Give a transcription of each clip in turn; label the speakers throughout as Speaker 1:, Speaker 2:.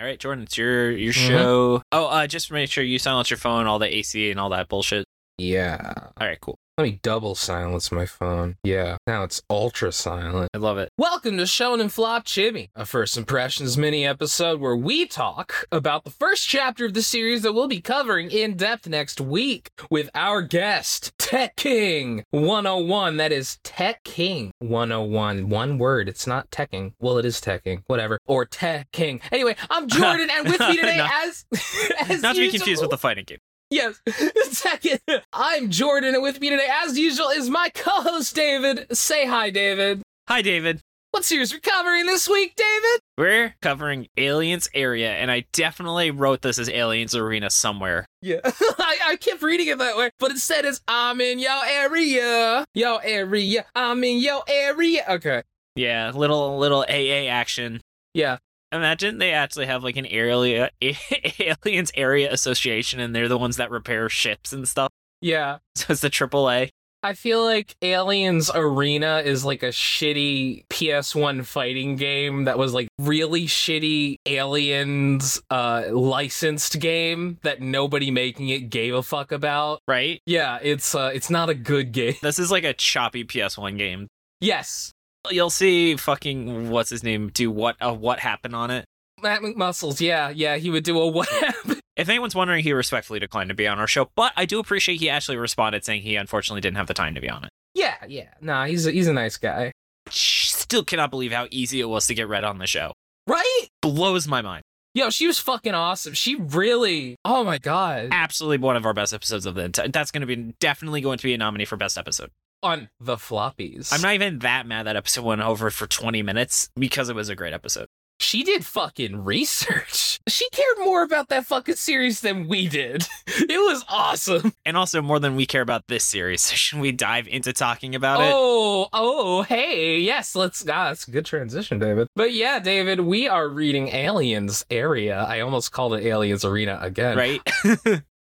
Speaker 1: All right, Jordan, it's your your show. Oh, uh, just make sure you silence your phone, all the AC and all that bullshit.
Speaker 2: Yeah.
Speaker 1: All right, cool.
Speaker 2: Let me double silence my phone. Yeah. Now it's ultra silent.
Speaker 1: I love it.
Speaker 2: Welcome to Shonen Flop Chibi, a first impressions mini episode where we talk about the first chapter of the series that we'll be covering in depth next week with our guest, Tet King 101. That is Tet King 101. One word. It's not Tekking. Well, it is Tekking. Whatever. Or Tet King. Anyway, I'm Jordan, and with me today,
Speaker 1: No.
Speaker 2: as, as
Speaker 1: Not to be
Speaker 2: usual-
Speaker 1: confused with the fighting game.
Speaker 2: Yes. Second, I'm Jordan, and with me today, as usual, is my co-host David. Say hi, David.
Speaker 1: Hi, David.
Speaker 2: What series we're covering this week, David?
Speaker 1: We're covering Aliens Area, and I definitely wrote this as Aliens Arena somewhere.
Speaker 2: Yeah. I, I kept reading it that way, but instead it's I'm in your area. Yo area. I'm in your area. Okay.
Speaker 1: Yeah, little little AA action.
Speaker 2: Yeah.
Speaker 1: Imagine they actually have like an area Aliens Area Association, and they're the ones that repair ships and stuff.
Speaker 2: Yeah.
Speaker 1: So it's the AAA.
Speaker 2: I feel like Aliens Arena is like a shitty PS1 fighting game that was like really shitty Aliens uh licensed game that nobody making it gave a fuck about.
Speaker 1: right?
Speaker 2: Yeah, it's uh it's not a good game.
Speaker 1: This is like a choppy PS1 game.
Speaker 2: Yes.
Speaker 1: You'll see fucking what's his name do what uh, what happened on it.
Speaker 2: Matt McMuscles, yeah, yeah, he would do a what happened.
Speaker 1: If anyone's wondering, he respectfully declined to be on our show, but I do appreciate he actually responded saying he unfortunately didn't have the time to be on it.
Speaker 2: Yeah, yeah. Nah, he's a, he's a nice guy.
Speaker 1: Still cannot believe how easy it was to get read on the show.
Speaker 2: Right?
Speaker 1: Blows my mind.
Speaker 2: Yo, she was fucking awesome. She really Oh my god.
Speaker 1: Absolutely one of our best episodes of the entire. That's going to be definitely going to be a nominee for best episode.
Speaker 2: On the floppies.
Speaker 1: I'm not even that mad that episode went over for 20 minutes because it was a great episode.
Speaker 2: She did fucking research. She cared more about that fucking series than we did. It was awesome.
Speaker 1: And also more than we care about this series. Should we dive into talking about it?
Speaker 2: Oh, oh, hey, yes, let's. Ah, that's a good transition, David. But yeah, David, we are reading Aliens Area. I almost called it Aliens Arena again.
Speaker 1: Right?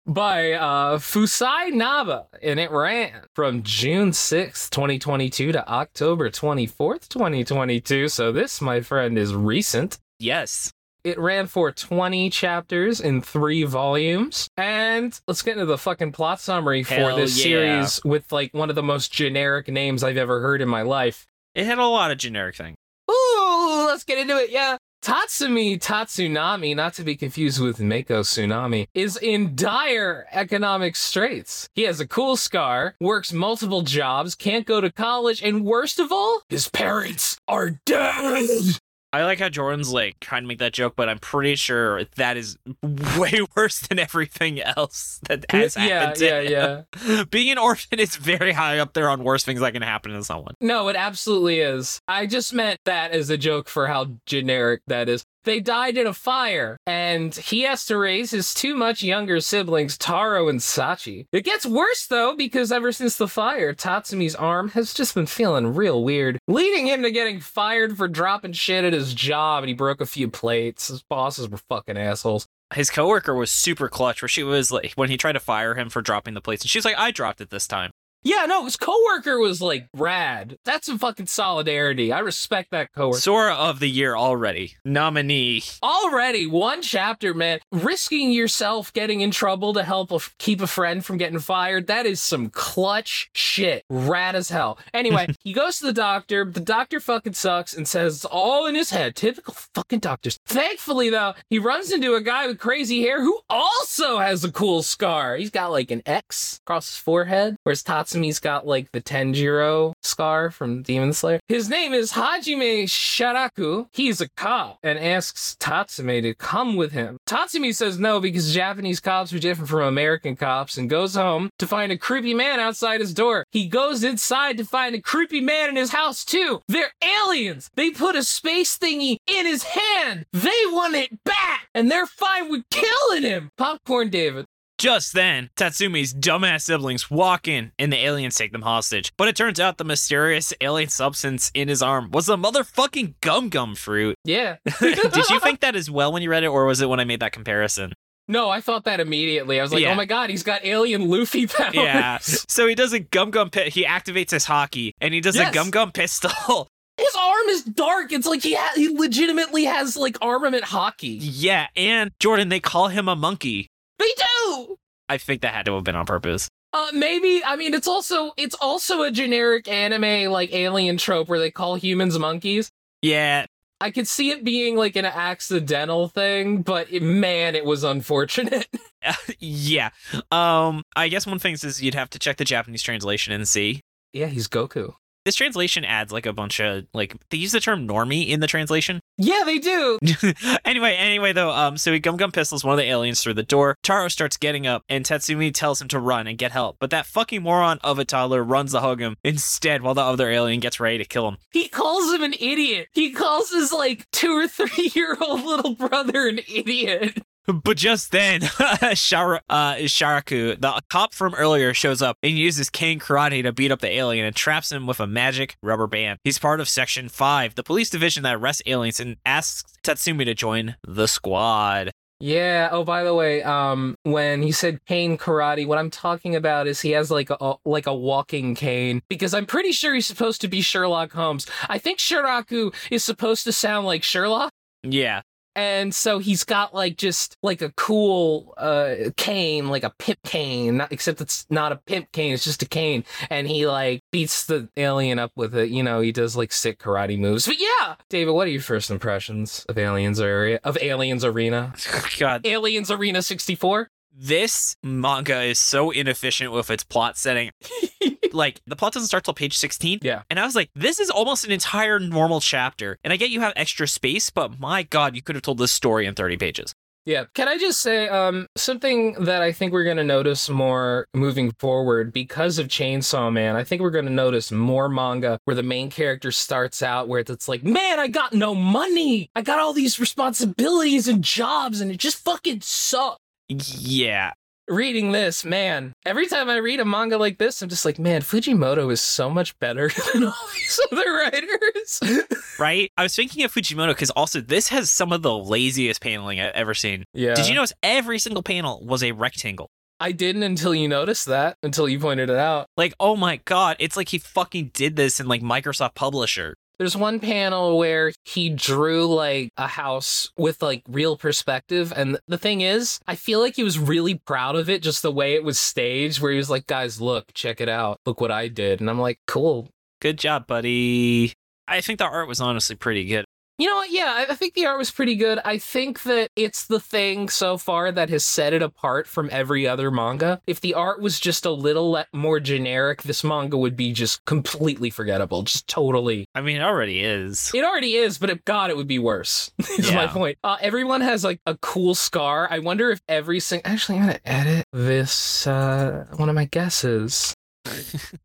Speaker 2: By uh, Fusai Naba, and it ran from June 6th, 2022 to October 24th, 2022. So this, my friend, is recent.
Speaker 1: yes.
Speaker 2: It ran for 20 chapters in three volumes. And let's get into the fucking plot summary for
Speaker 1: Hell
Speaker 2: this
Speaker 1: yeah.
Speaker 2: series with like one of the most generic names I've ever heard in my life.
Speaker 1: It had a lot of generic things.
Speaker 2: Ooh, let's get into it. Yeah. Tatsumi Tatsunami, not to be confused with Mako Tsunami, is in dire economic straits. He has a cool scar, works multiple jobs, can't go to college, and worst of all, his parents are dead.
Speaker 1: I like how Jordan's like trying to make that joke, but I'm pretty sure that is way worse than everything else that has
Speaker 2: yeah,
Speaker 1: happened.
Speaker 2: yeah,
Speaker 1: to
Speaker 2: yeah.
Speaker 1: him. Being an orphan is very high up there on worst things that can happen to someone.
Speaker 2: No, it absolutely is. I just meant that as a joke for how generic that is. They died in a fire, and he has to raise his two much younger siblings, Taro and Sachi. It gets worse, though, because ever since the fire, Tatsumi's arm has just been feeling real weird, leading him to getting fired for dropping shit at his job, and he broke a few plates. His bosses were fucking assholes.
Speaker 1: His coworker was super clutch, where she was like, when he tried to fire him for dropping the plates, and she's like, "I dropped it this time."
Speaker 2: Yeah, no, his coworker was like rad. That's some fucking solidarity. I respect that coworker.
Speaker 1: Sora of the year already nominee.
Speaker 2: already one chapter man risking yourself getting in trouble to help a, keep a friend from getting fired that is some clutch shit rad as hell anyway he goes to the doctor the doctor fucking sucks and says it's all in his head typical fucking doctors thankfully though he runs into a guy with crazy hair who also has a cool scar he's got like an x across his forehead whereas tatsumi's got like the tenjiro scar from demon slayer his name is hajime sharaku he's a cop and asks tatsume to come with him tatsumi says no because japanese cops are different from american cops and goes home to find a creepy man outside his door he goes inside to find a creepy man in his house too they're aliens they put a space thingy in his hand they want it back and they're fine with killing him popcorn david
Speaker 1: Just then, Tatsumi's dumbass siblings walk in and the aliens take them hostage. But it turns out the mysterious alien substance in his arm was a motherfucking gum gum fruit.
Speaker 2: yeah
Speaker 1: Did you think that as well when you read it, or was it when I made that comparison?
Speaker 2: No, I thought that immediately. I was like,
Speaker 1: Yeah.
Speaker 2: oh my god, he's got alien Luffy powers.
Speaker 1: Yeah. So he does a gum gum pit. He activates his hockey and he does a
Speaker 2: Yes.
Speaker 1: gum gum pistol.
Speaker 2: His arm is dark. It's like he ha- he legitimately has like armament hockey.
Speaker 1: Yeah, and Jordan, they call him a monkey.
Speaker 2: They do.
Speaker 1: I think that had to have been on purpose.
Speaker 2: Uh, maybe I mean it's also it's also a generic anime like alien trope where they call humans monkeys.
Speaker 1: Yeah,
Speaker 2: I could see it being like an accidental thing, but it, man, it was unfortunate.
Speaker 1: yeah. Um, I guess one thing is you'd have to check the Japanese translation and see.
Speaker 2: yeah, he's Goku.
Speaker 1: This translation adds like a bunch of like they use the term normie in the translation.
Speaker 2: Yeah, they do.
Speaker 1: anyway, anyway though, um, so he gum gum pistols one of the aliens through the door. Taro starts getting up, and Tatsumi tells him to run and get help. But that fucking moron of a toddler runs to hug him instead, while the other alien gets ready to kill him.
Speaker 2: He calls him an idiot. He calls his like two or three year old little brother an idiot.
Speaker 1: But just then, Shara, uh, Sharaku, the cop from earlier, shows up and uses cane karate to beat up the alien and traps him with a magic rubber band. He's part of Section 5, the police division that arrests aliens, and asks Tatsumi to join the squad.
Speaker 2: Yeah. Oh, by the way, um, when he said cane karate, what I'm talking about is he has like a like a walking cane because I'm pretty sure he's supposed to be Sherlock Holmes. I think Shiraku is supposed to sound like Sherlock,
Speaker 1: Yeah.
Speaker 2: and so he's got like just like a cool uh cane, like a pimp cane, not, except it's not a pimp cane, it's just a cane, and he like beats the alien up with it. You know, he does like sick karate moves. But yeah, David, what are your first impressions of Aliens area of Aliens Arena?
Speaker 1: God,
Speaker 2: Aliens Arena 64.
Speaker 1: this manga is so inefficient with its plot setting. like, the plot doesn't start till page 16.
Speaker 2: Yeah.
Speaker 1: And I was like, this is almost an entire normal chapter. And I get you have extra space, but my God, you could have told this story in 30 pages.
Speaker 2: Yeah. Can I just say um, something that I think we're going to notice more moving forward because of Chainsaw Man? I think we're going to notice more manga where the main character starts out where it's like, man, I got no money. I got all these responsibilities and jobs, and it just fucking sucks.
Speaker 1: Yeah.
Speaker 2: Reading this, man, every time I read a manga like this, I'm just like, man, Fujimoto is so much better than all these other writers.
Speaker 1: right? I was thinking of Fujimoto because also this has some of the laziest paneling I've ever seen.
Speaker 2: yeah.
Speaker 1: Did you notice every single panel was a rectangle?
Speaker 2: I didn't until you noticed that, until you pointed it out.
Speaker 1: Like, oh my god, it's like he fucking did this in like Microsoft Publisher.
Speaker 2: There's one panel where he drew like a house with like real perspective. And the thing is, I feel like he was really proud of it, just the way it was staged, where he was like, guys, look, check it out. Look what I did. And I'm like, cool.
Speaker 1: Good job, buddy. I think the art was honestly pretty good.
Speaker 2: You know what? Yeah, I- I think the art was pretty good. I think that it's the thing so far that has set it apart from every other manga. If the art was just a little le- more generic, this manga would be just completely forgettable, just totally
Speaker 1: I mean, it already is.
Speaker 2: It already is, but if God, it would be worse. is my
Speaker 1: Yeah.
Speaker 2: point. Uh, everyone has like a cool scar. I wonder if every single. Actually, I'm gonna edit this. Uh, one of my guesses.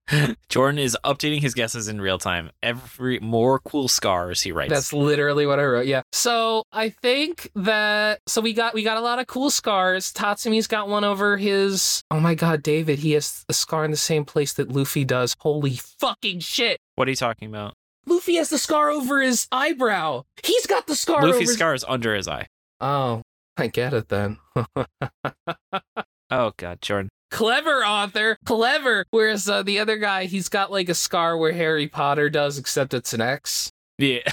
Speaker 1: Jordan is updating his guesses in real time. Every more cool scars he writes.
Speaker 2: That's literally what I wrote. Yeah. So I think that. So we got we got a lot of cool scars. Tatsumi's got one over his. Oh my God, David. He has a scar in the same place that Luffy does. Holy fucking shit.
Speaker 1: what are you talking about?
Speaker 2: Luffy has the scar over his eyebrow. He's got the scar over
Speaker 1: Luffy's
Speaker 2: his.
Speaker 1: scar is under his eye.
Speaker 2: oh, I get it then.
Speaker 1: Oh god, Jordan.
Speaker 2: clever author clever whereas uh, the other guy he's got like a scar where harry potter does except it's an x
Speaker 1: Yeah.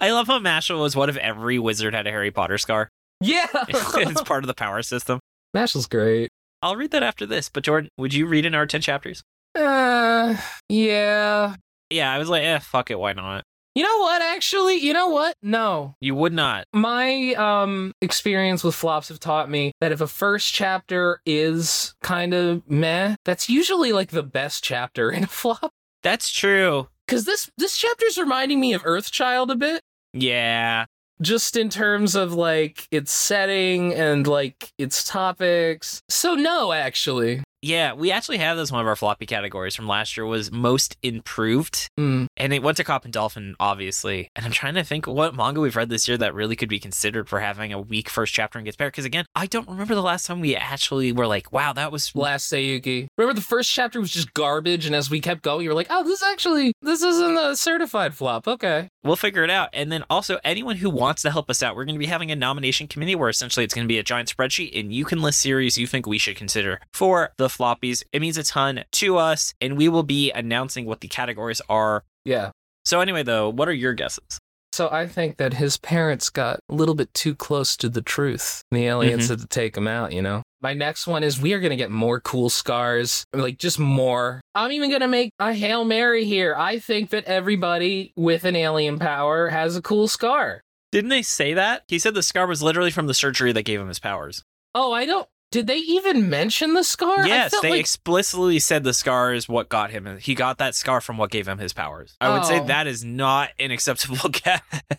Speaker 1: I love how Mashal was one of every wizard had a Harry Potter scar.
Speaker 2: yeah
Speaker 1: it's part of the power system.
Speaker 2: mashal's great
Speaker 1: I'll read that after this. But Jordan, would you read in our ten chapters?
Speaker 2: uh yeah
Speaker 1: Yeah, I was like, eh, fuck it, why not?
Speaker 2: you know what actually you know what no
Speaker 1: You would not.
Speaker 2: my um experience with flops have taught me that if a first chapter is kind of meh that's usually like the best chapter in a flop
Speaker 1: That's true.
Speaker 2: because this this chapter's reminding me of earthchild a bit
Speaker 1: Yeah,
Speaker 2: just in terms of like its setting and like its topics. So no, actually.
Speaker 1: yeah. We actually have this one of our floppy categories from last year was most improved,
Speaker 2: Mm.
Speaker 1: and it went to Cop and Dolphin, obviously. And I'm trying to think what manga we've read this year that really could be considered for having a weak first chapter and gets better. Because again, I don't remember the last time we actually were like, wow, that was
Speaker 2: Last Sayuki. Remember the first chapter was just garbage, and as we kept going, you were like, "Oh, this actually this isn't a certified flop." Okay.
Speaker 1: We'll figure it out. And then also, anyone who wants to help us out, we're going to be having a nomination committee where essentially it's going to be a giant spreadsheet and you can list series you think we should consider for the floppies. It means a ton to us, and we will be announcing what the categories are.
Speaker 2: Yeah.
Speaker 1: So anyway, though, what are your guesses?
Speaker 2: So I think that his parents got a little bit too close to the truth. The aliens
Speaker 1: Mhm.
Speaker 2: had to take him out, you know? My next one is we are going to get more cool scars, like just more. I'm even going to make a Hail Mary here. I think that everybody with an alien power has a cool scar.
Speaker 1: Didn't they say that? He said the scar was literally from the surgery that gave him his powers.
Speaker 2: Oh, I don't. Did they even mention the scar? I
Speaker 1: yes,
Speaker 2: felt
Speaker 1: they
Speaker 2: like-
Speaker 1: explicitly said the scar is what got him. He got that scar from what gave him his powers. I would say
Speaker 2: Oh.
Speaker 1: that is not an acceptable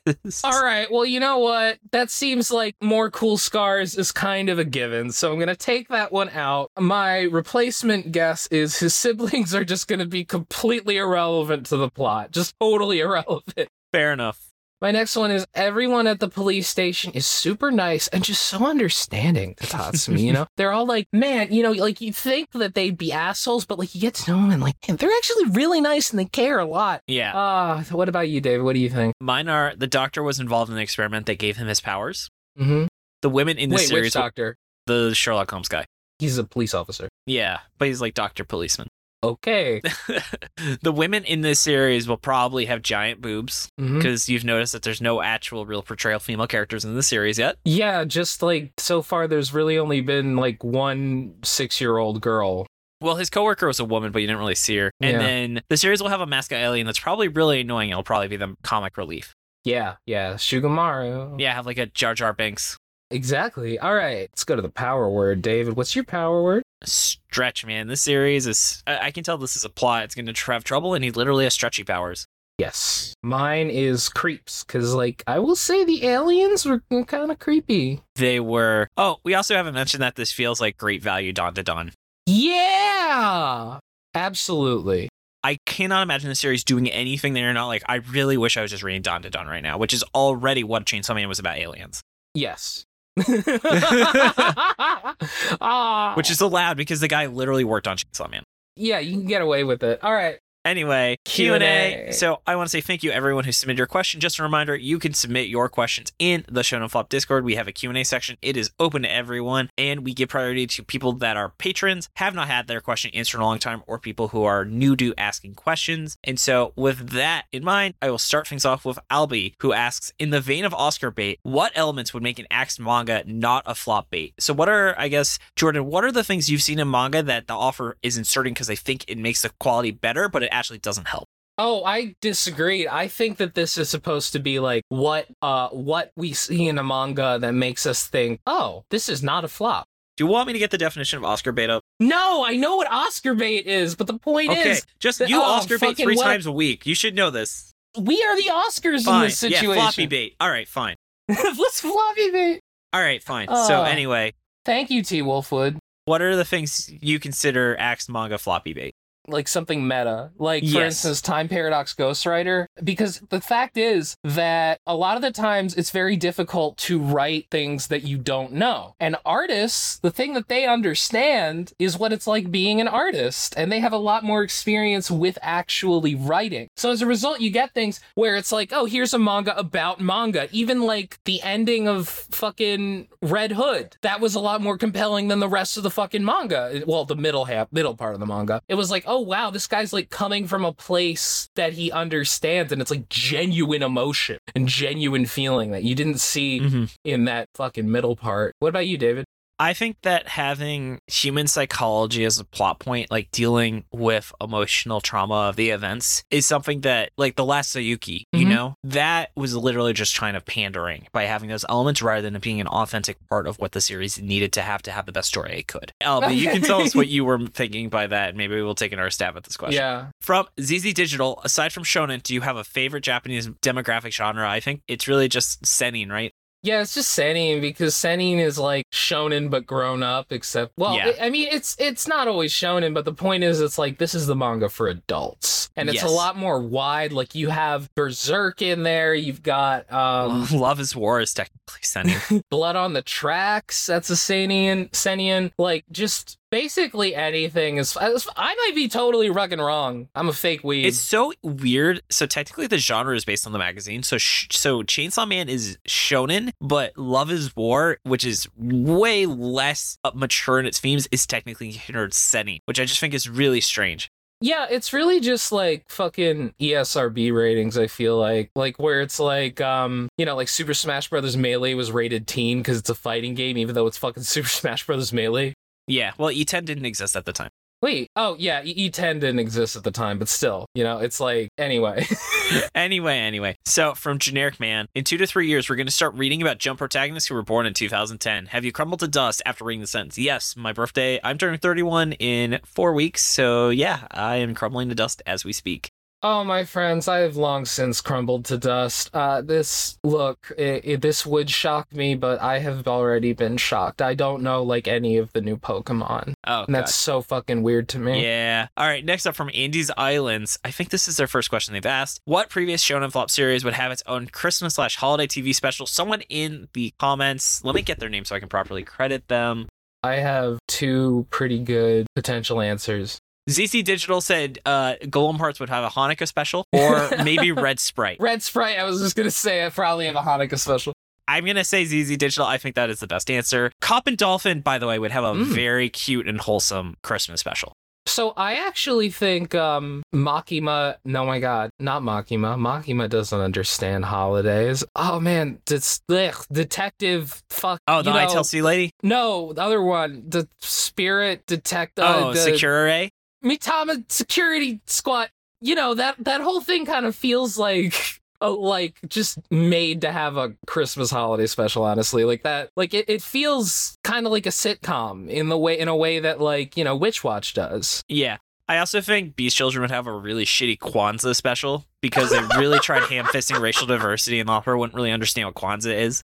Speaker 1: guess.
Speaker 2: All right. Well, you know what? That seems like more cool scars is kind of a given. So I'm going to take that one out. My replacement guess is his siblings are just going to be completely irrelevant to the plot, just totally irrelevant.
Speaker 1: Fair enough.
Speaker 2: My next one is everyone at the police station is super nice and just so understanding to Tatsumi, you know? They're all like, man, you know, like you think that they'd be assholes, but like you get to know them and like, man, they're actually really nice and they care a lot.
Speaker 1: Yeah.
Speaker 2: Ah, what about you, David? What do you think?
Speaker 1: Mine are the doctor was involved in the experiment that gave him his powers.
Speaker 2: Mm-hmm.
Speaker 1: The women in the
Speaker 2: Wait, which
Speaker 1: series,
Speaker 2: doctor?
Speaker 1: the Sherlock Holmes guy.
Speaker 2: He's a police officer.
Speaker 1: Yeah, but he's like Doctor Policeman.
Speaker 2: Okay.
Speaker 1: the women in this series will probably have giant boobs
Speaker 2: Mhm.
Speaker 1: because you've noticed that there's no actual real portrayal of female characters in the series yet.
Speaker 2: Yeah, just like so far, there's really only been like one six year old girl.
Speaker 1: Well, his coworker was a woman, but you didn't really see her. And
Speaker 2: Yeah.
Speaker 1: then the series will have a mascot alien that's probably really annoying. It'll probably be the comic relief.
Speaker 2: Yeah, yeah, Shugamaru.
Speaker 1: Yeah, have like a Jar Jar Binks
Speaker 2: exactly. All right, let's go to the power word, David. What's your power word?
Speaker 1: stretch. Man, this series is. I, I can tell this is a plot. It's going to have trouble, and he literally has stretchy powers.
Speaker 2: Yes, mine is creeps. Cause like I will say, the aliens were kind of creepy.
Speaker 1: they were. Oh, we also haven't mentioned that this feels like great value Dawn to Dawn.
Speaker 2: Yeah, absolutely.
Speaker 1: I cannot imagine the series doing anything that you're not like, I really wish I was just reading Dawn to Dawn right now, which is already what Chainsaw Man was about aliens.
Speaker 2: Yes. ah,
Speaker 1: Which is allowed because the guy literally worked on Chainsaw Man.
Speaker 2: yeah, you can get away with it. All right.
Speaker 1: Anyway,
Speaker 2: Q&A.
Speaker 1: Q&A. So I want to say thank you everyone who submitted your question. Just a reminder, you can submit your questions in the Shonen Flop Discord. We have a Q&A section. It is open to everyone and we give priority to people that are patrons, have not had their question answered in a long time or people who are new to asking questions. And so with that in mind, I will start things off with Albi who asks in the vein of Oscar bait, what elements would make an axe manga not a flop bait? So what are I guess Jordan, what are the things you've seen in manga that the author is inserting because they think it makes the quality better but it actually doesn't help?
Speaker 2: Oh, I disagree. I think that this is supposed to be like what uh what we see in a manga that makes us think, "Oh, this is not a flop."
Speaker 1: Do you want me to get the definition of Oscar bait up?
Speaker 2: No, I know what Oscar bait is, but the point is
Speaker 1: just
Speaker 2: The-
Speaker 1: you
Speaker 2: oh,
Speaker 1: Oscar bait
Speaker 2: fucking
Speaker 1: three
Speaker 2: what?
Speaker 1: times a week. You should know this.
Speaker 2: we are the Oscars in
Speaker 1: Fine.
Speaker 2: this
Speaker 1: Yeah,
Speaker 2: situation.
Speaker 1: floppy bait. All right, fine.
Speaker 2: Let's floppy bait.
Speaker 1: All right, fine. so
Speaker 2: Oh.
Speaker 1: anyway,
Speaker 2: Thank you, T. Wolfwood.
Speaker 1: what are the things you consider axe manga floppy bait?
Speaker 2: like something meta. Like for
Speaker 1: Yes.
Speaker 2: instance, Time Paradox Ghostwriter. Because the fact is that a lot of the times it's very difficult to write things that you don't know. And artists, the thing that they understand is what it's like being an artist. And they have a lot more experience with actually writing. So as a result, you get things where it's like, oh, here's a manga about manga. Even like the ending of fucking Red Hood. That was a lot more compelling than the rest of the fucking manga. Well, the middle half, middle part of the manga. It was like, oh wow, this guy's like coming from a place that he understands, and it's like genuine emotion and genuine feeling that you didn't see in that fucking middle part. What about you, David?
Speaker 1: I think that having human psychology as a plot point, like dealing with emotional trauma of the events, is something that, like the last Sayuki, you
Speaker 2: Mhm.
Speaker 1: know, that was literally just kind of pandering by having those elements rather than it being an authentic part of what the series needed to have to have the best story it could. Um, but you can tell us what you were thinking by that, and maybe we'll take another stab at this question.
Speaker 2: Yeah.
Speaker 1: From ZZ Digital, aside from shonen, do you have a favorite Japanese demographic genre? I think it's really just seinen, right?
Speaker 2: Yeah, it's just Senin because Senin is like shonen but grown up, except well,
Speaker 1: Yeah.
Speaker 2: I I mean it's it's not always shonen, but the point is it's like this is the manga for adults, and it's
Speaker 1: Yes.
Speaker 2: a lot more wide. Like you have Berserk in there, you've got um,
Speaker 1: Love is War is technically seinen.
Speaker 2: Blood on the Tracks. That's a Senin Senin. Like just basically anything is. I I might be totally fucking wrong. I'm a fake weed.
Speaker 1: It's so weird. So technically, the genre is based on the magazine. So sh- so Chainsaw Man is shonen, but Love Is War, which is way less uh, mature in its themes, is technically considered seinen, which I just think is really strange.
Speaker 2: Yeah, it's really just like fucking E ESRB ratings, I feel like. Like where it's like um, you know, like Super Smash Brothers Melee was rated teen cuz it's a fighting game even though it's fucking Super Smash Brothers Melee.
Speaker 1: Yeah, well, E10 didn't exist at the time.
Speaker 2: Wait, oh yeah, E- E10 didn't exist at the time, but still, you know, it's like anyway.
Speaker 1: anyway, anyway. So, from Generic Man, in two to three years, we're going to start reading about jump protagonists who were born in 2010. Have you crumbled to dust after reading the sentence? Yes, my birthday. I'm turning 31 in four weeks. So, yeah, I am crumbling to dust as we speak.
Speaker 2: Oh, my friends, I have long since crumbled to dust. Uh, this, look, it, it, this would shock me, but I have already been shocked. I don't know, like, any of the new Pokemon.
Speaker 1: Oh,
Speaker 2: And that's so fucking weird to me.
Speaker 1: Yeah. All right. Next up from Andy's Islands. I think this is their first question they've asked. What previous Shonen Flop series would have its own Christmas slash holiday TV special? Someone in the comments. Let me get their name so I can properly credit them.
Speaker 2: I have two pretty good potential answers.
Speaker 1: ZC Digital said uh, Golem Hearts would have a Hanukkah special or maybe Red Sprite.
Speaker 2: Red Sprite, I was just gonna say, I probably have a Hanukkah special.
Speaker 1: I'm going to say ZZ Digital. I think that is the best answer. Cop and Dolphin, by the way, would have a
Speaker 2: Mm.
Speaker 1: very cute and wholesome Christmas special.
Speaker 2: So I actually think um Makima no my god, not Makima. Makima doesn't understand holidays. Oh man, this ugh, detective fuck
Speaker 1: Oh, the
Speaker 2: you know-
Speaker 1: I Tell Sea Lady?
Speaker 2: No, the other one, the spirit detective
Speaker 1: oh,
Speaker 2: the
Speaker 1: Secure
Speaker 2: Mitama security squad. You know, that that whole thing kind of feels like uh, like just made to have a Christmas holiday special, honestly. Like that like it, it feels kind of like a sitcom in the way in a way that like, you know, Witch Watch does.
Speaker 1: Yeah. I also think Beast Children would have a really shitty Kwanzaa special because they really tried ham fisting racial diversity and the author wouldn't really understand what Kwanzaa is.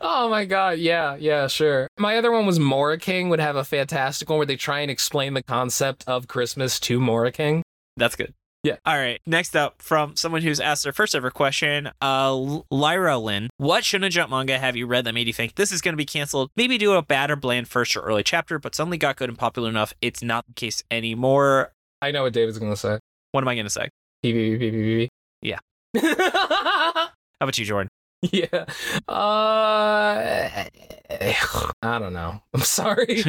Speaker 2: Oh my god, yeah, yeah, sure. My other one was Mora King would have a fantastic one where they try and explain the concept of Christmas to Mora King.
Speaker 1: That's good.
Speaker 2: Yeah.
Speaker 1: All right. Next up from someone who's asked their first ever question, uh, L- Lyra Lynn. What Shonen Jump manga have you read that made you think this is going to be canceled? Maybe do a bad or bland first or early chapter, but suddenly got good and popular enough. It's not the case anymore.
Speaker 2: I know what David's gonna say.
Speaker 1: What am I going to say?
Speaker 2: PvP.
Speaker 1: Yeah.
Speaker 2: Yeah.
Speaker 1: How about you, Jordan?
Speaker 2: Yeah. Uh, I don't know. I'm sorry.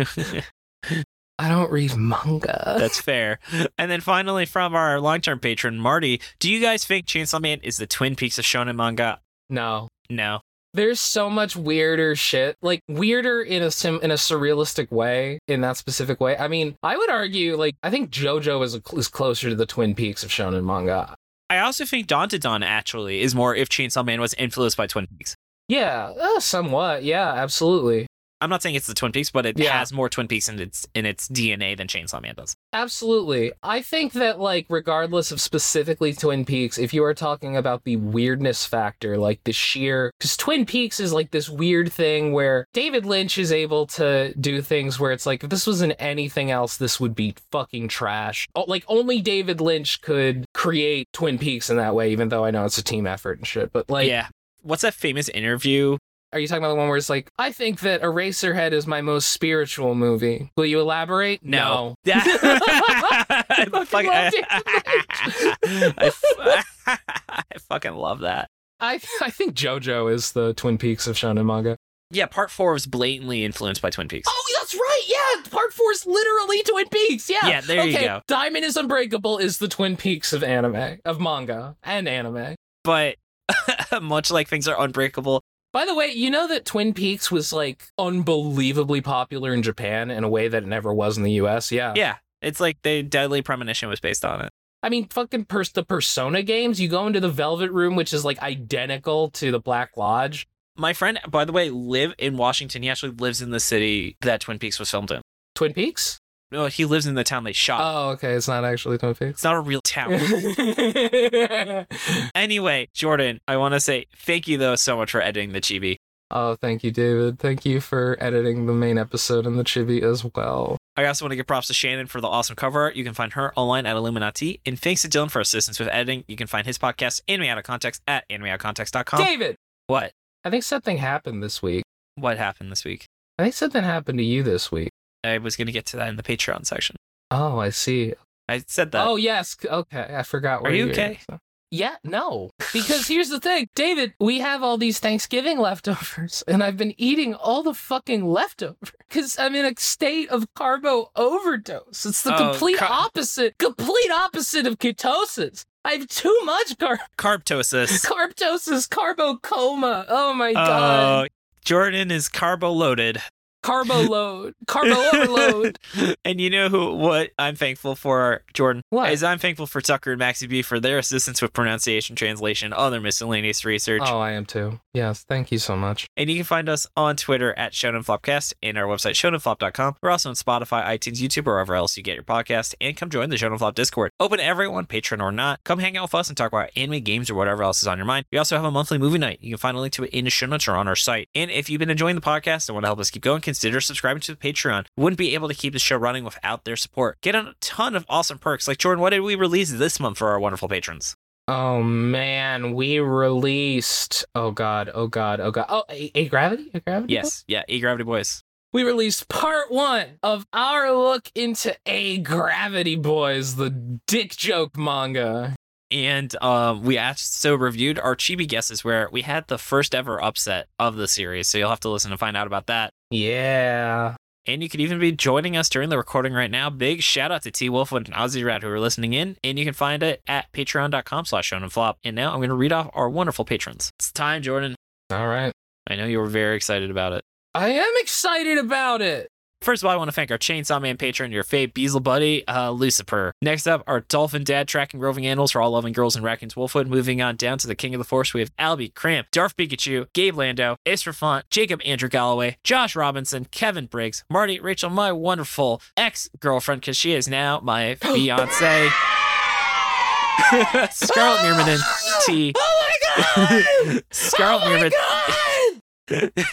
Speaker 2: I don't read manga.
Speaker 1: That's fair. And then finally, from our long term patron, Marty, do you guys think Chainsaw Man is the Twin Peaks of Shonen manga?
Speaker 2: no.
Speaker 1: No.
Speaker 2: There's so much weirder shit, like weirder in a sim in a surrealistic way, in that specific way. I mean, I would argue, like, I think JoJo is a, is closer to the Twin Peaks of shonen manga.
Speaker 1: I also think Don actually is more if Chainsaw Man was influenced by Twin Peaks.
Speaker 2: Yeah, uh, somewhat. Yeah, absolutely,
Speaker 1: I'm not saying it's the Twin Peaks, but it
Speaker 2: Yeah.
Speaker 1: has more Twin Peaks in its in its DNA than Chainsaw Man does.
Speaker 2: absolutely. I think that, like, regardless of specifically Twin Peaks, if you are talking about the weirdness factor, like the sheer, because Twin Peaks is like this weird thing where David Lynch is able to do things where it's like, if this was in anything else, this would be fucking trash. Oh, like, only David Lynch could create Twin Peaks in that way, even though I know it's a team effort and shit. But, like,
Speaker 1: yeah. What's that famous interview?
Speaker 2: Are you talking about the one where it's like, I think that Eraserhead is my most spiritual movie? Will you elaborate?
Speaker 1: No.
Speaker 2: no.
Speaker 1: I
Speaker 2: fucking
Speaker 1: fuck-
Speaker 2: love David
Speaker 1: I f- I fucking love that.
Speaker 2: I, I think JoJo is the Twin Peaks of shonen manga.
Speaker 1: Yeah, part four was blatantly influenced by Twin Peaks.
Speaker 2: Oh, that's right. Yeah, Part Four is literally Twin Peaks. Yeah.
Speaker 1: Yeah, there you
Speaker 2: okay.
Speaker 1: go.
Speaker 2: Diamond is Unbreakable is the Twin Peaks of anime, of manga and anime.
Speaker 1: But much like things are unbreakable,
Speaker 2: By the way, you know that Twin Peaks was like unbelievably popular in Japan in a way that it never was in the U.S. Yeah.
Speaker 1: yeah, it's like the Deadly Premonition was based on it.
Speaker 2: I mean, fucking pers- the Persona games. You go into the Velvet Room, which is like identical to the Black Lodge.
Speaker 1: My friend, by the way, live in Washington. He actually lives in the city that Twin Peaks was filmed in.
Speaker 2: Twin Peaks.
Speaker 1: No, he lives in the town they shot.
Speaker 2: Oh, okay. It's not actually Twin Peaks.
Speaker 1: it's not a real town. Anyway, Jordan, I want to say thank you though so much for editing the chibi.
Speaker 2: oh, thank you, David. Thank you for editing the main episode and the chibi as well.
Speaker 1: I also want to give props to Shannon for the awesome cover art. You can find her online at Illuminati. And thanks to Dylan for assistance with editing. You can find his podcast, Anime Out of Context, at animeoutofcontext.com.
Speaker 2: David,
Speaker 1: What?
Speaker 2: I think something happened this week.
Speaker 1: What happened this week?
Speaker 2: I think something happened to you this week.
Speaker 1: I was going to get to that in the Patreon section.
Speaker 2: Oh, I see.
Speaker 1: I said that.
Speaker 2: Oh, yes. Okay, I forgot.
Speaker 1: Are
Speaker 2: where
Speaker 1: you
Speaker 2: were.
Speaker 1: okay?
Speaker 2: Yeah, no. Because here's the thing, David, we have all these Thanksgiving leftovers, and I've been eating all the fucking leftovers because I'm in a state of carbo overdose. It's the
Speaker 1: Oh,
Speaker 2: complete
Speaker 1: car-
Speaker 2: opposite, complete opposite of ketosis. I have too much car-
Speaker 1: Carbtosis.
Speaker 2: carbtosis, carbo coma. Oh my
Speaker 1: Oh,
Speaker 2: god,
Speaker 1: Jordan is carbo loaded.
Speaker 2: carbo load, carbo overload.
Speaker 1: and you know who? What I'm thankful for, Jordan,
Speaker 2: What?
Speaker 1: is I'm thankful for Tucker and Maxie B for their assistance with pronunciation, translation, other miscellaneous research.
Speaker 2: Oh, I am too. Yes, thank you so much.
Speaker 1: And you can find us on Twitter at ShonenFlopcast and our website, ShonenFlop.com. We're also on Spotify, iTunes, YouTube, or wherever else you get your podcast. And come join the Shonen Flop Discord. Open to everyone, patron or not. Come hang out with us and talk about anime, games, or whatever else is on your mind. We also have a monthly movie night. You can find a link to it in the show notes or on our site. And if you've been enjoying the podcast and want to help us keep going, consider subscribing to the Patreon. We wouldn't be able to keep the show running without their support. Get a ton of awesome perks. Like, Jordan, what did we release this month for our wonderful patrons?
Speaker 2: Oh man, we released. Oh god, oh god, oh god. Oh, a, a gravity, a gravity. Book?
Speaker 1: Yes. Yeah. E Gravity Boys.
Speaker 2: We released part one of our look into a gravity boys, the dick joke manga.
Speaker 1: and um, we also reviewed our chibi guesses where we had the first ever upset of the series so you'll have to listen to find out about that
Speaker 2: Yeah.
Speaker 1: and you could even be joining us during the recording right now big shout out to t wolf and ozzy rat who are listening in and you can find it at patreon.com slash flop and now i'm going to read off our wonderful patrons it's time jordan
Speaker 2: All right.
Speaker 1: i know you were very excited about it
Speaker 2: I am excited about it.
Speaker 1: First of all, I want to thank our Chainsaw Man patron, your fave Beazle buddy, uh, Lucifer. Next up, our Dolphin Dad tracking roving animals for all loving girls and raccoons Wolfwood. Moving on down to the King of the Forest, we have Albie, Cramp, Darth Pikachu, Gabe Lando, Isra Font, Jacob Andrew Galloway, Josh Robinson, Kevin Briggs, Marty, Rachel, my wonderful ex girlfriend, because she is now my fiance. Scarlet Mirmanin, T.
Speaker 2: Oh my god!
Speaker 1: Scarlet
Speaker 2: oh my
Speaker 1: Mirmanin.
Speaker 2: god!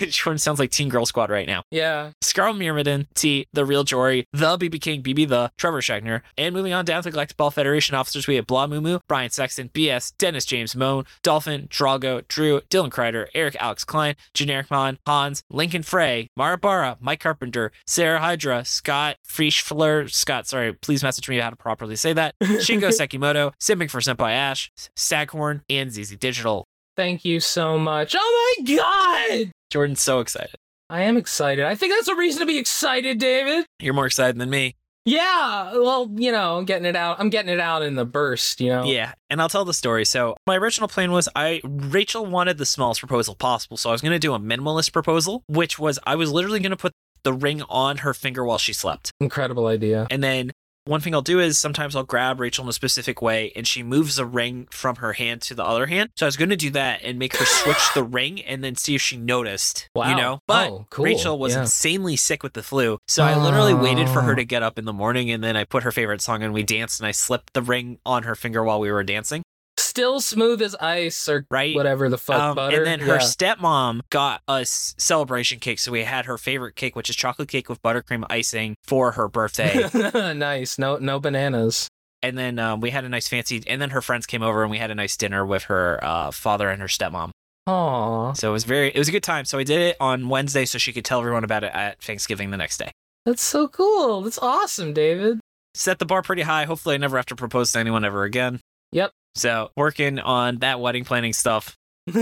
Speaker 1: Jordan sounds like Teen Girl Squad right now.
Speaker 2: Yeah.
Speaker 1: Scarl Mirrodin, T, The Real Jory, The BB King, BB The, Trevor Schechner, and moving on down to Galactic Ball Federation officers, we have Blah Moo Moo, Brian Sexton, BS, Dennis James Moan, Dolphin, Drago, Drew, Dylan Kreider, Eric Alex Klein, Generic Mon, Hans, Lincoln Frey, Mara Barra, Mike Carpenter, Sarah Hydra, Scott, Frisch Fleur, Scott, sorry, please message me how to properly say that, Shingo Sekimoto, Simming for Senpai Ash, Staghorn, and ZZ Digital.
Speaker 2: Thank you so much. Oh my god!
Speaker 1: Jordan's so excited.
Speaker 2: I am excited. I think that's a reason to be excited, David.
Speaker 1: You're more excited than me.
Speaker 2: Yeah, well, you know, I'm getting it out. I'm getting it out in the burst, you know.
Speaker 1: Yeah, and I'll tell the story. So my original plan was I Rachel wanted the smallest proposal possible, so I was going to do a minimalist proposal, which was I was literally going to put the ring on her finger while she slept,
Speaker 2: Incredible idea.
Speaker 1: and then. One thing I'll do is sometimes I'll grab Rachel in a specific way and she moves the ring from her hand to the other hand. So I was going to do that and make her switch the ring and then see if she noticed.
Speaker 2: Wow.
Speaker 1: You know? But
Speaker 2: Oh, cool.
Speaker 1: Rachel was
Speaker 2: Yeah.
Speaker 1: insanely sick with the flu. So I literally waited for her
Speaker 2: Oh.
Speaker 1: to get up in the morning and then I put her favorite song and we danced and I slipped the ring on her finger while we were dancing
Speaker 2: Still smooth as ice or
Speaker 1: right?
Speaker 2: whatever the fuck
Speaker 1: Um,
Speaker 2: butter.
Speaker 1: and then her
Speaker 2: Yeah.
Speaker 1: stepmom got us celebration cake, so we had her favorite cake, which is chocolate cake with buttercream icing for her birthday.
Speaker 2: nice. No, no bananas.
Speaker 1: and then um, we had a nice fancy. And then her friends came over, and we had a nice dinner with her uh, father and her stepmom.
Speaker 2: Aw,
Speaker 1: So it was very, it was a good time. So I did it on Wednesday, so she could tell everyone about it at Thanksgiving the next day.
Speaker 2: that's so cool. That's awesome, David.
Speaker 1: Set the bar pretty high. Hopefully, I never have to propose to anyone ever again.
Speaker 2: Yep.
Speaker 1: So working on that wedding planning stuff.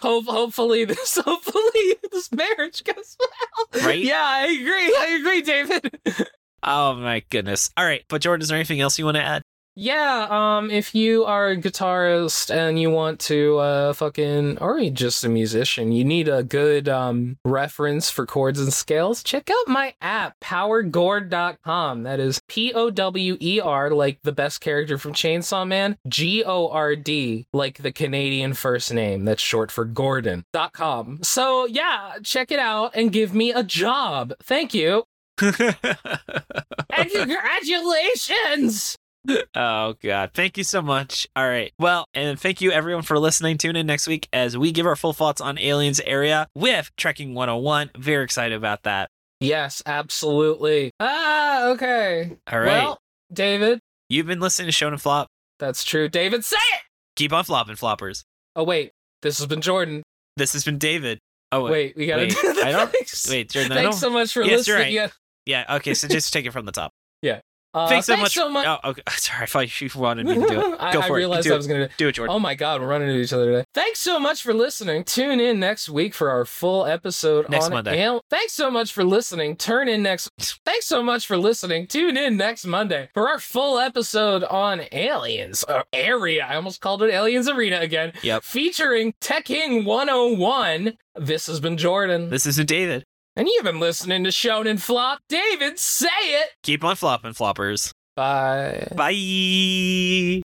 Speaker 2: Hope, hopefully this, hopefully this marriage goes well.
Speaker 1: Right?
Speaker 2: Yeah, I agree. I agree, David.
Speaker 1: Oh my goodness! All right, but Jordan, is there anything else you want to add?
Speaker 2: Yeah, um, if you are a guitarist and you want to uh fucking or you're just a musician, you need a good um reference for chords and scales, check out my app, powergord.com. That is P-O-W-E-R, E like the best character from Chainsaw Man, G-O-R-D, like the Canadian first name. That's short for Gordon. Dot com. So yeah, check it out and give me a job. Thank you. And congratulations!
Speaker 1: Oh God! Thank you so much. All right. Well, and thank you everyone for listening. Tune in next week as we give our full thoughts on Aliens Area with Trekking 101. Very excited about that.
Speaker 2: Yes, absolutely. Ah, okay.
Speaker 1: All right.
Speaker 2: Well, David,
Speaker 1: You've been listening to Shonen Flop.
Speaker 2: that's true. David, say it!
Speaker 1: Keep on flopping, floppers.
Speaker 2: Oh, wait. This has been Jordan.
Speaker 1: This has been David. Oh wait,
Speaker 2: Wait, we gotta
Speaker 1: wait,
Speaker 2: do the
Speaker 1: I don't-
Speaker 2: thanks.
Speaker 1: wait, Jordan. I
Speaker 2: Thanks
Speaker 1: don't-
Speaker 2: so much for
Speaker 1: Yes, you're
Speaker 2: listening.
Speaker 1: right. yeah. Okay. So just take it from the top.
Speaker 2: Uh,
Speaker 1: thanks so much.
Speaker 2: so much.
Speaker 1: Oh, okay. sorry. I thought you wanted me to do it.
Speaker 2: I,
Speaker 1: Go
Speaker 2: I
Speaker 1: for it.
Speaker 2: realized
Speaker 1: Do
Speaker 2: I was going to
Speaker 1: it. Do it, Jordan.
Speaker 2: Oh my God, we're running into each other today. Thanks so much for listening. Tune in next week for our full episode
Speaker 1: Next
Speaker 2: on
Speaker 1: Monday.
Speaker 2: al- Thanks so much for listening. Turn in next. Thanks so much for listening. Tune in next Monday for our full episode on aliens or area. I almost called it Aliens Arena again.
Speaker 1: Yep.
Speaker 2: Featuring Tekken 101. This has been Jordan,
Speaker 1: This isn't David.
Speaker 2: and you've been listening to Shonen Flop. David, say it.
Speaker 1: Keep on flopping, floppers.
Speaker 2: Bye.
Speaker 1: Bye.